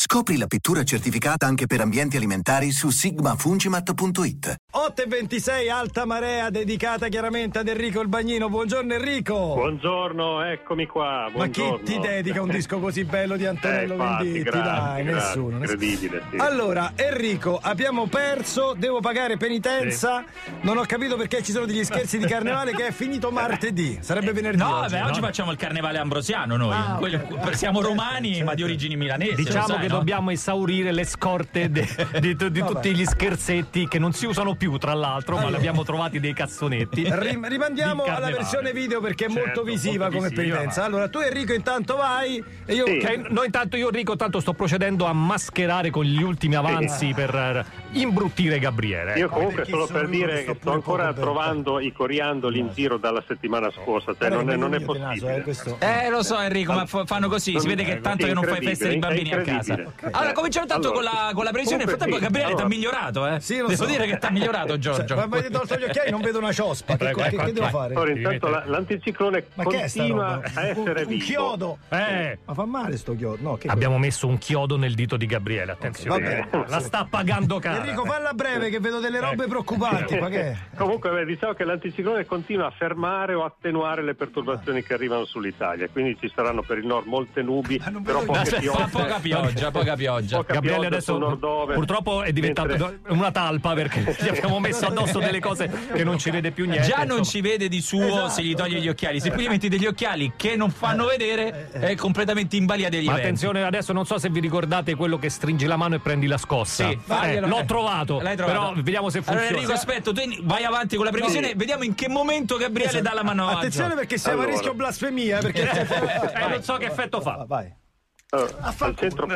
Scopri la pittura certificata anche per ambienti alimentari su sigmafungimat.it. 8.26 alta marea dedicata chiaramente ad Enrico il Bagnino. Buongiorno Enrico. Buongiorno, eccomi qua. Ma chi Buongiorno. ti dedica un disco così bello di Eh, Antonello infatti, Venditti? grazie, Dai, grazie, nessuno. nessuno. Incredibile, sì. Allora, Enrico, abbiamo perso, devo pagare penitenza. Non ho capito perché ci sono degli scherzi di carnevale che è finito martedì. Sarebbe venerdì. No, oggi, beh, oggi facciamo il carnevale ambrosiano noi. Ah, ok. Quello- Siamo romani, ma certo. di origini milanesi. Diciamo lo sai, che no? dobbiamo esaurire le scorte de- di, tu- di Vabbè. tutti gli scherzetti che non si usano più, tra l'altro, ma Allora. li abbiamo trovati dei cazzonetti. Rim- rimandiamo Di alla carnevale. versione video perché è Certo, molto visiva molto come visiva, penitenza. ma- Allora, tu Enrico intanto vai e io Sì. Ok, no, intanto io Enrico tanto sto procedendo a mascherare con gli ultimi avanzi per eh, imbruttire Gabriele. Io ecco. Vedete comunque chi solo sono per io, dire sto che sto pure ancora poco trovando i coriandoli in giro dalla settimana scorsa, cioè non è, non è Guarda che possibile. naso, eh, questo- Eh, lo so, Enrico, ma fa- fanno così. Si Non- vede che tanto è che non fai feste ai bambini incredibile, a è casa. incredibile. Allora, Eh, cominciamo tanto allora, con, la, con la previsione. Nel comunque frattempo, sì, Gabriele ti ha allora. migliorato, eh. Sì, lo Devo so. dire che ti ha migliorato, Giorgio. Cioè, ma mi avete tolto gli occhiaio, non vedo una ciospa. Che, Ecco, che- ecco, che devo ecco. fare? Allora, intanto la- l'anticiclone Ma che è sta continua roba? a essere un, un vivo. chiodo. Eh. Ma fa male sto chiodo. No, che Abbiamo messo un chiodo nel dito di Gabriele, attenzione. Eh, va bene. La sta pagando cara. Enrico, falla breve che vedo delle Ecco. robe preoccupanti. Ma che? è? Comunque, beh, diciamo che l'anticiclone continua a fermare o attenuare le perturbazioni che arrivano sull'Italia, quindi ci saranno per il nord molte nubi, Ma non però vedo- poche Aspetta, piogge. fa poca pioggia, poca pioggia. Poca Gabriele pioggia adesso sul nord-ovest, purtroppo è diventato mentre- una talpa perché gli abbiamo messo addosso delle cose che non ci vede più niente. Già non insomma. ci vede di suo Esatto. se gli toglie gli occhiali. Se poi gli metti degli occhiali che non fanno Eh, vedere, è completamente in balia degli Ma eventi. attenzione, adesso non so se vi ricordate quello che stringi la mano e prendi la scossa. Sì, Eh, faglielo. Eh, l'ho trovato, L'hai trovato. però vediamo se funziona. Allora, Enrico, aspetta, tu vai avanti con la previsione, vediamo in che momento Esatto. Gabriele dà la mano a Attenzione Giorgio. perché siamo a Allora. rischio blasfemia. Perché Eh, non so che effetto Ah, fa. vai. Allora, al centro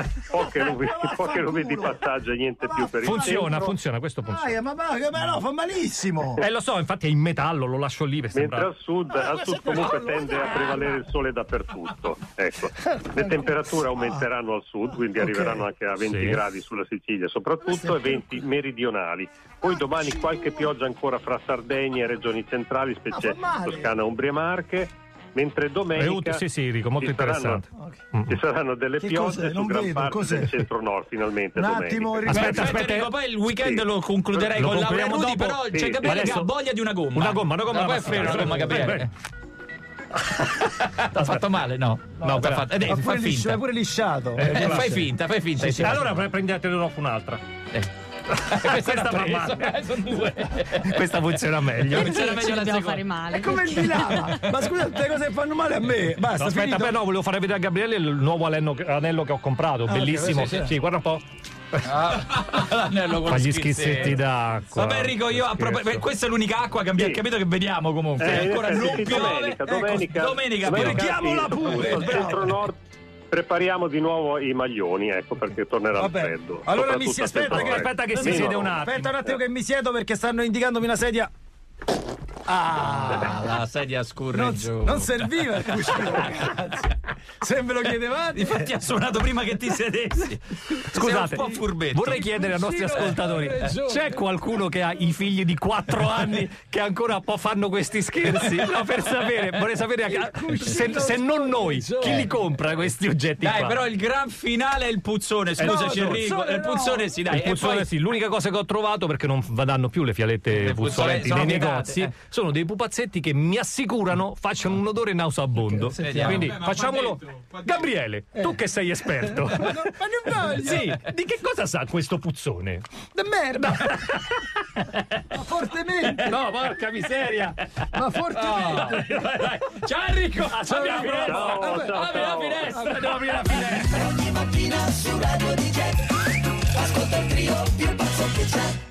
poche nubi, poche nubi di passaggio e niente più per il Funziona, centro. funziona, questo funziona. Dai, ma, ma, ma no, fa malissimo. Eh, lo so, infatti è in metallo, lo lascio lì per Mentre sembrare. al sud, al sud comunque tende a prevalere il sole dappertutto. Ecco. Le ah. temperature aumenteranno al sud, quindi arriveranno anche a 20 Sì. gradi sulla Sicilia soprattutto e 20 meridionali. Ah, Poi domani qualche pioggia ancora fra Sardegna e regioni Ah, centrali, specie Toscana, Umbria e Marche. Mentre È domenica utile, sì, sì, Enrico, molto ci saranno- interessante. ci saranno delle Che piogge cos'è? su Non gran vedo, parte cos'è? del centro-nord finalmente Un domenica. attimo, Enrico. Aspetta, Aspetta, aspetta, Enrico, eh. poi il weekend Sì. lo concluderei Lo con Laura concludiamo Nudi, dopo. però c'è Sì. Gabriele Ma che ha adesso- voglia di una gomma. Una gomma, una gomma. Ma da poi è passare. ferma la Vai, gomma, vai, Gabriele. vai. T'ha fatto male? No, no, t'ha però- fatto. Eh, Ma dai, pure, fai lisci- finta. ma pure lisciato. Eh, fai finta, fai finta. sì. Allora pre- prendetene dopo un'altra. Eh. Questa Questa l'ha va presa, male. eh, sono due. Questa funziona meglio. Perché Sarà meglio ci la dobbiamo seconda. fare male. È come il Milano. Ma scusa, le cose che fanno male a me. Ah, Basta, No, aspetta, finito. beh, no, volevo fare vedere a Gabriele il nuovo anello, anello che ho comprato, bellissimo. Ah, sì, sì. Sì, guarda un po'. L'anello con Fa gli lo schizzetti d'acqua. Vabbè Enrico, io a propos- beh, questa è l'unica acqua che abbiamo Sì. capito che vediamo comunque. Eh, Ancora eh, sì, non sì, piove. Domenica, Ecco, domenica, domenica, domenica, Richiamola sì, pure, soprattutto bravo. Al centro-nord prepariamo di nuovo i maglioni, ecco, perché tornerà Vabbè. il freddo. Allora mi si soprattutto al aspetta che, centro-nord. aspetta che si Meno. siede un attimo. Aspetta un attimo che mi siedo perché stanno indicandomi una sedia. Ah, la sedia scurre Non, giù. non serviva il cuscino, ragazzi. Se me lo chiedevate. Infatti ha suonato prima che ti sedessi. Scusate, Sei un po' furbetto. vorrei chiedere ai nostri ascoltatori: c'è qualcuno che ha i figli di 4 anni che ancora po- fanno questi scherzi? No, per sapere, vorrei sapere a- se, se non noi, chi li compra questi oggetti? Dai, qua? però il gran finale è il puzzone. Scusaci, Eh, no, Enrico. puzzone Il puzzone, sì, dai. Il E puzzone, poi- sì, l'unica cosa che ho trovato perché non danno più le fialette Le puzzolenti puzzole nei sono vietate, negozi eh. sono dei pupazzetti che mi assicurano facciano un odore nauseabondo. sentiamo. Quindi Vabbè, ma qua facciamolo. dentro, qua dentro. Eh. Gabriele, tu che sei esperto. ma non voglio. Sì, di che cosa sa questo puzzone? De merda. Ma fortemente. No, porca miseria. Ah. Ma fortemente. Dai, dai, dai. Ciao Enrico. Ah, Abbiamo Enrico. Ciao, provato. ciao, Apri la ciao. finestra, devo aprire la finestra. Ta, ta, ta.